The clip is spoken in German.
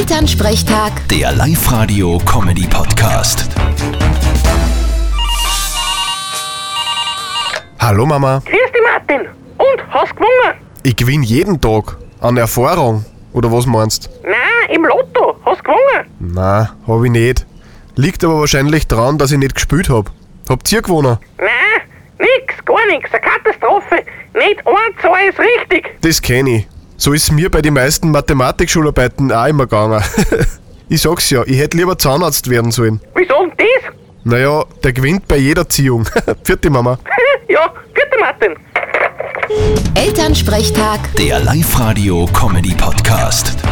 Elternsprechtag, Der Live-Radio-Comedy-Podcast. Hallo Mama, Grüß dich, Martin. Und, hast gewonnen? ich gewinne jeden Tag an Erfahrung. Oder was meinst? Nein, im Lotto. Hast gewonnen? Na, hab ich nicht. Liegt aber wahrscheinlich dran, dass ich nicht gespielt hab. Habt ihr gewonnen? Nein, nix, gar nix. Eine Katastrophe. Nicht ein, zwei ist richtig. Das kenn ich. So ist mir bei den meisten Mathematikschularbeiten auch immer gegangen. ich sag's ja, ich hätte lieber Zahnarzt werden sollen. Wieso denn das? Naja, der gewinnt bei jeder Ziehung. Vierte Mama. ja, bitte, Martin. Elternsprechtag. Der Live-Radio-Comedy-Podcast.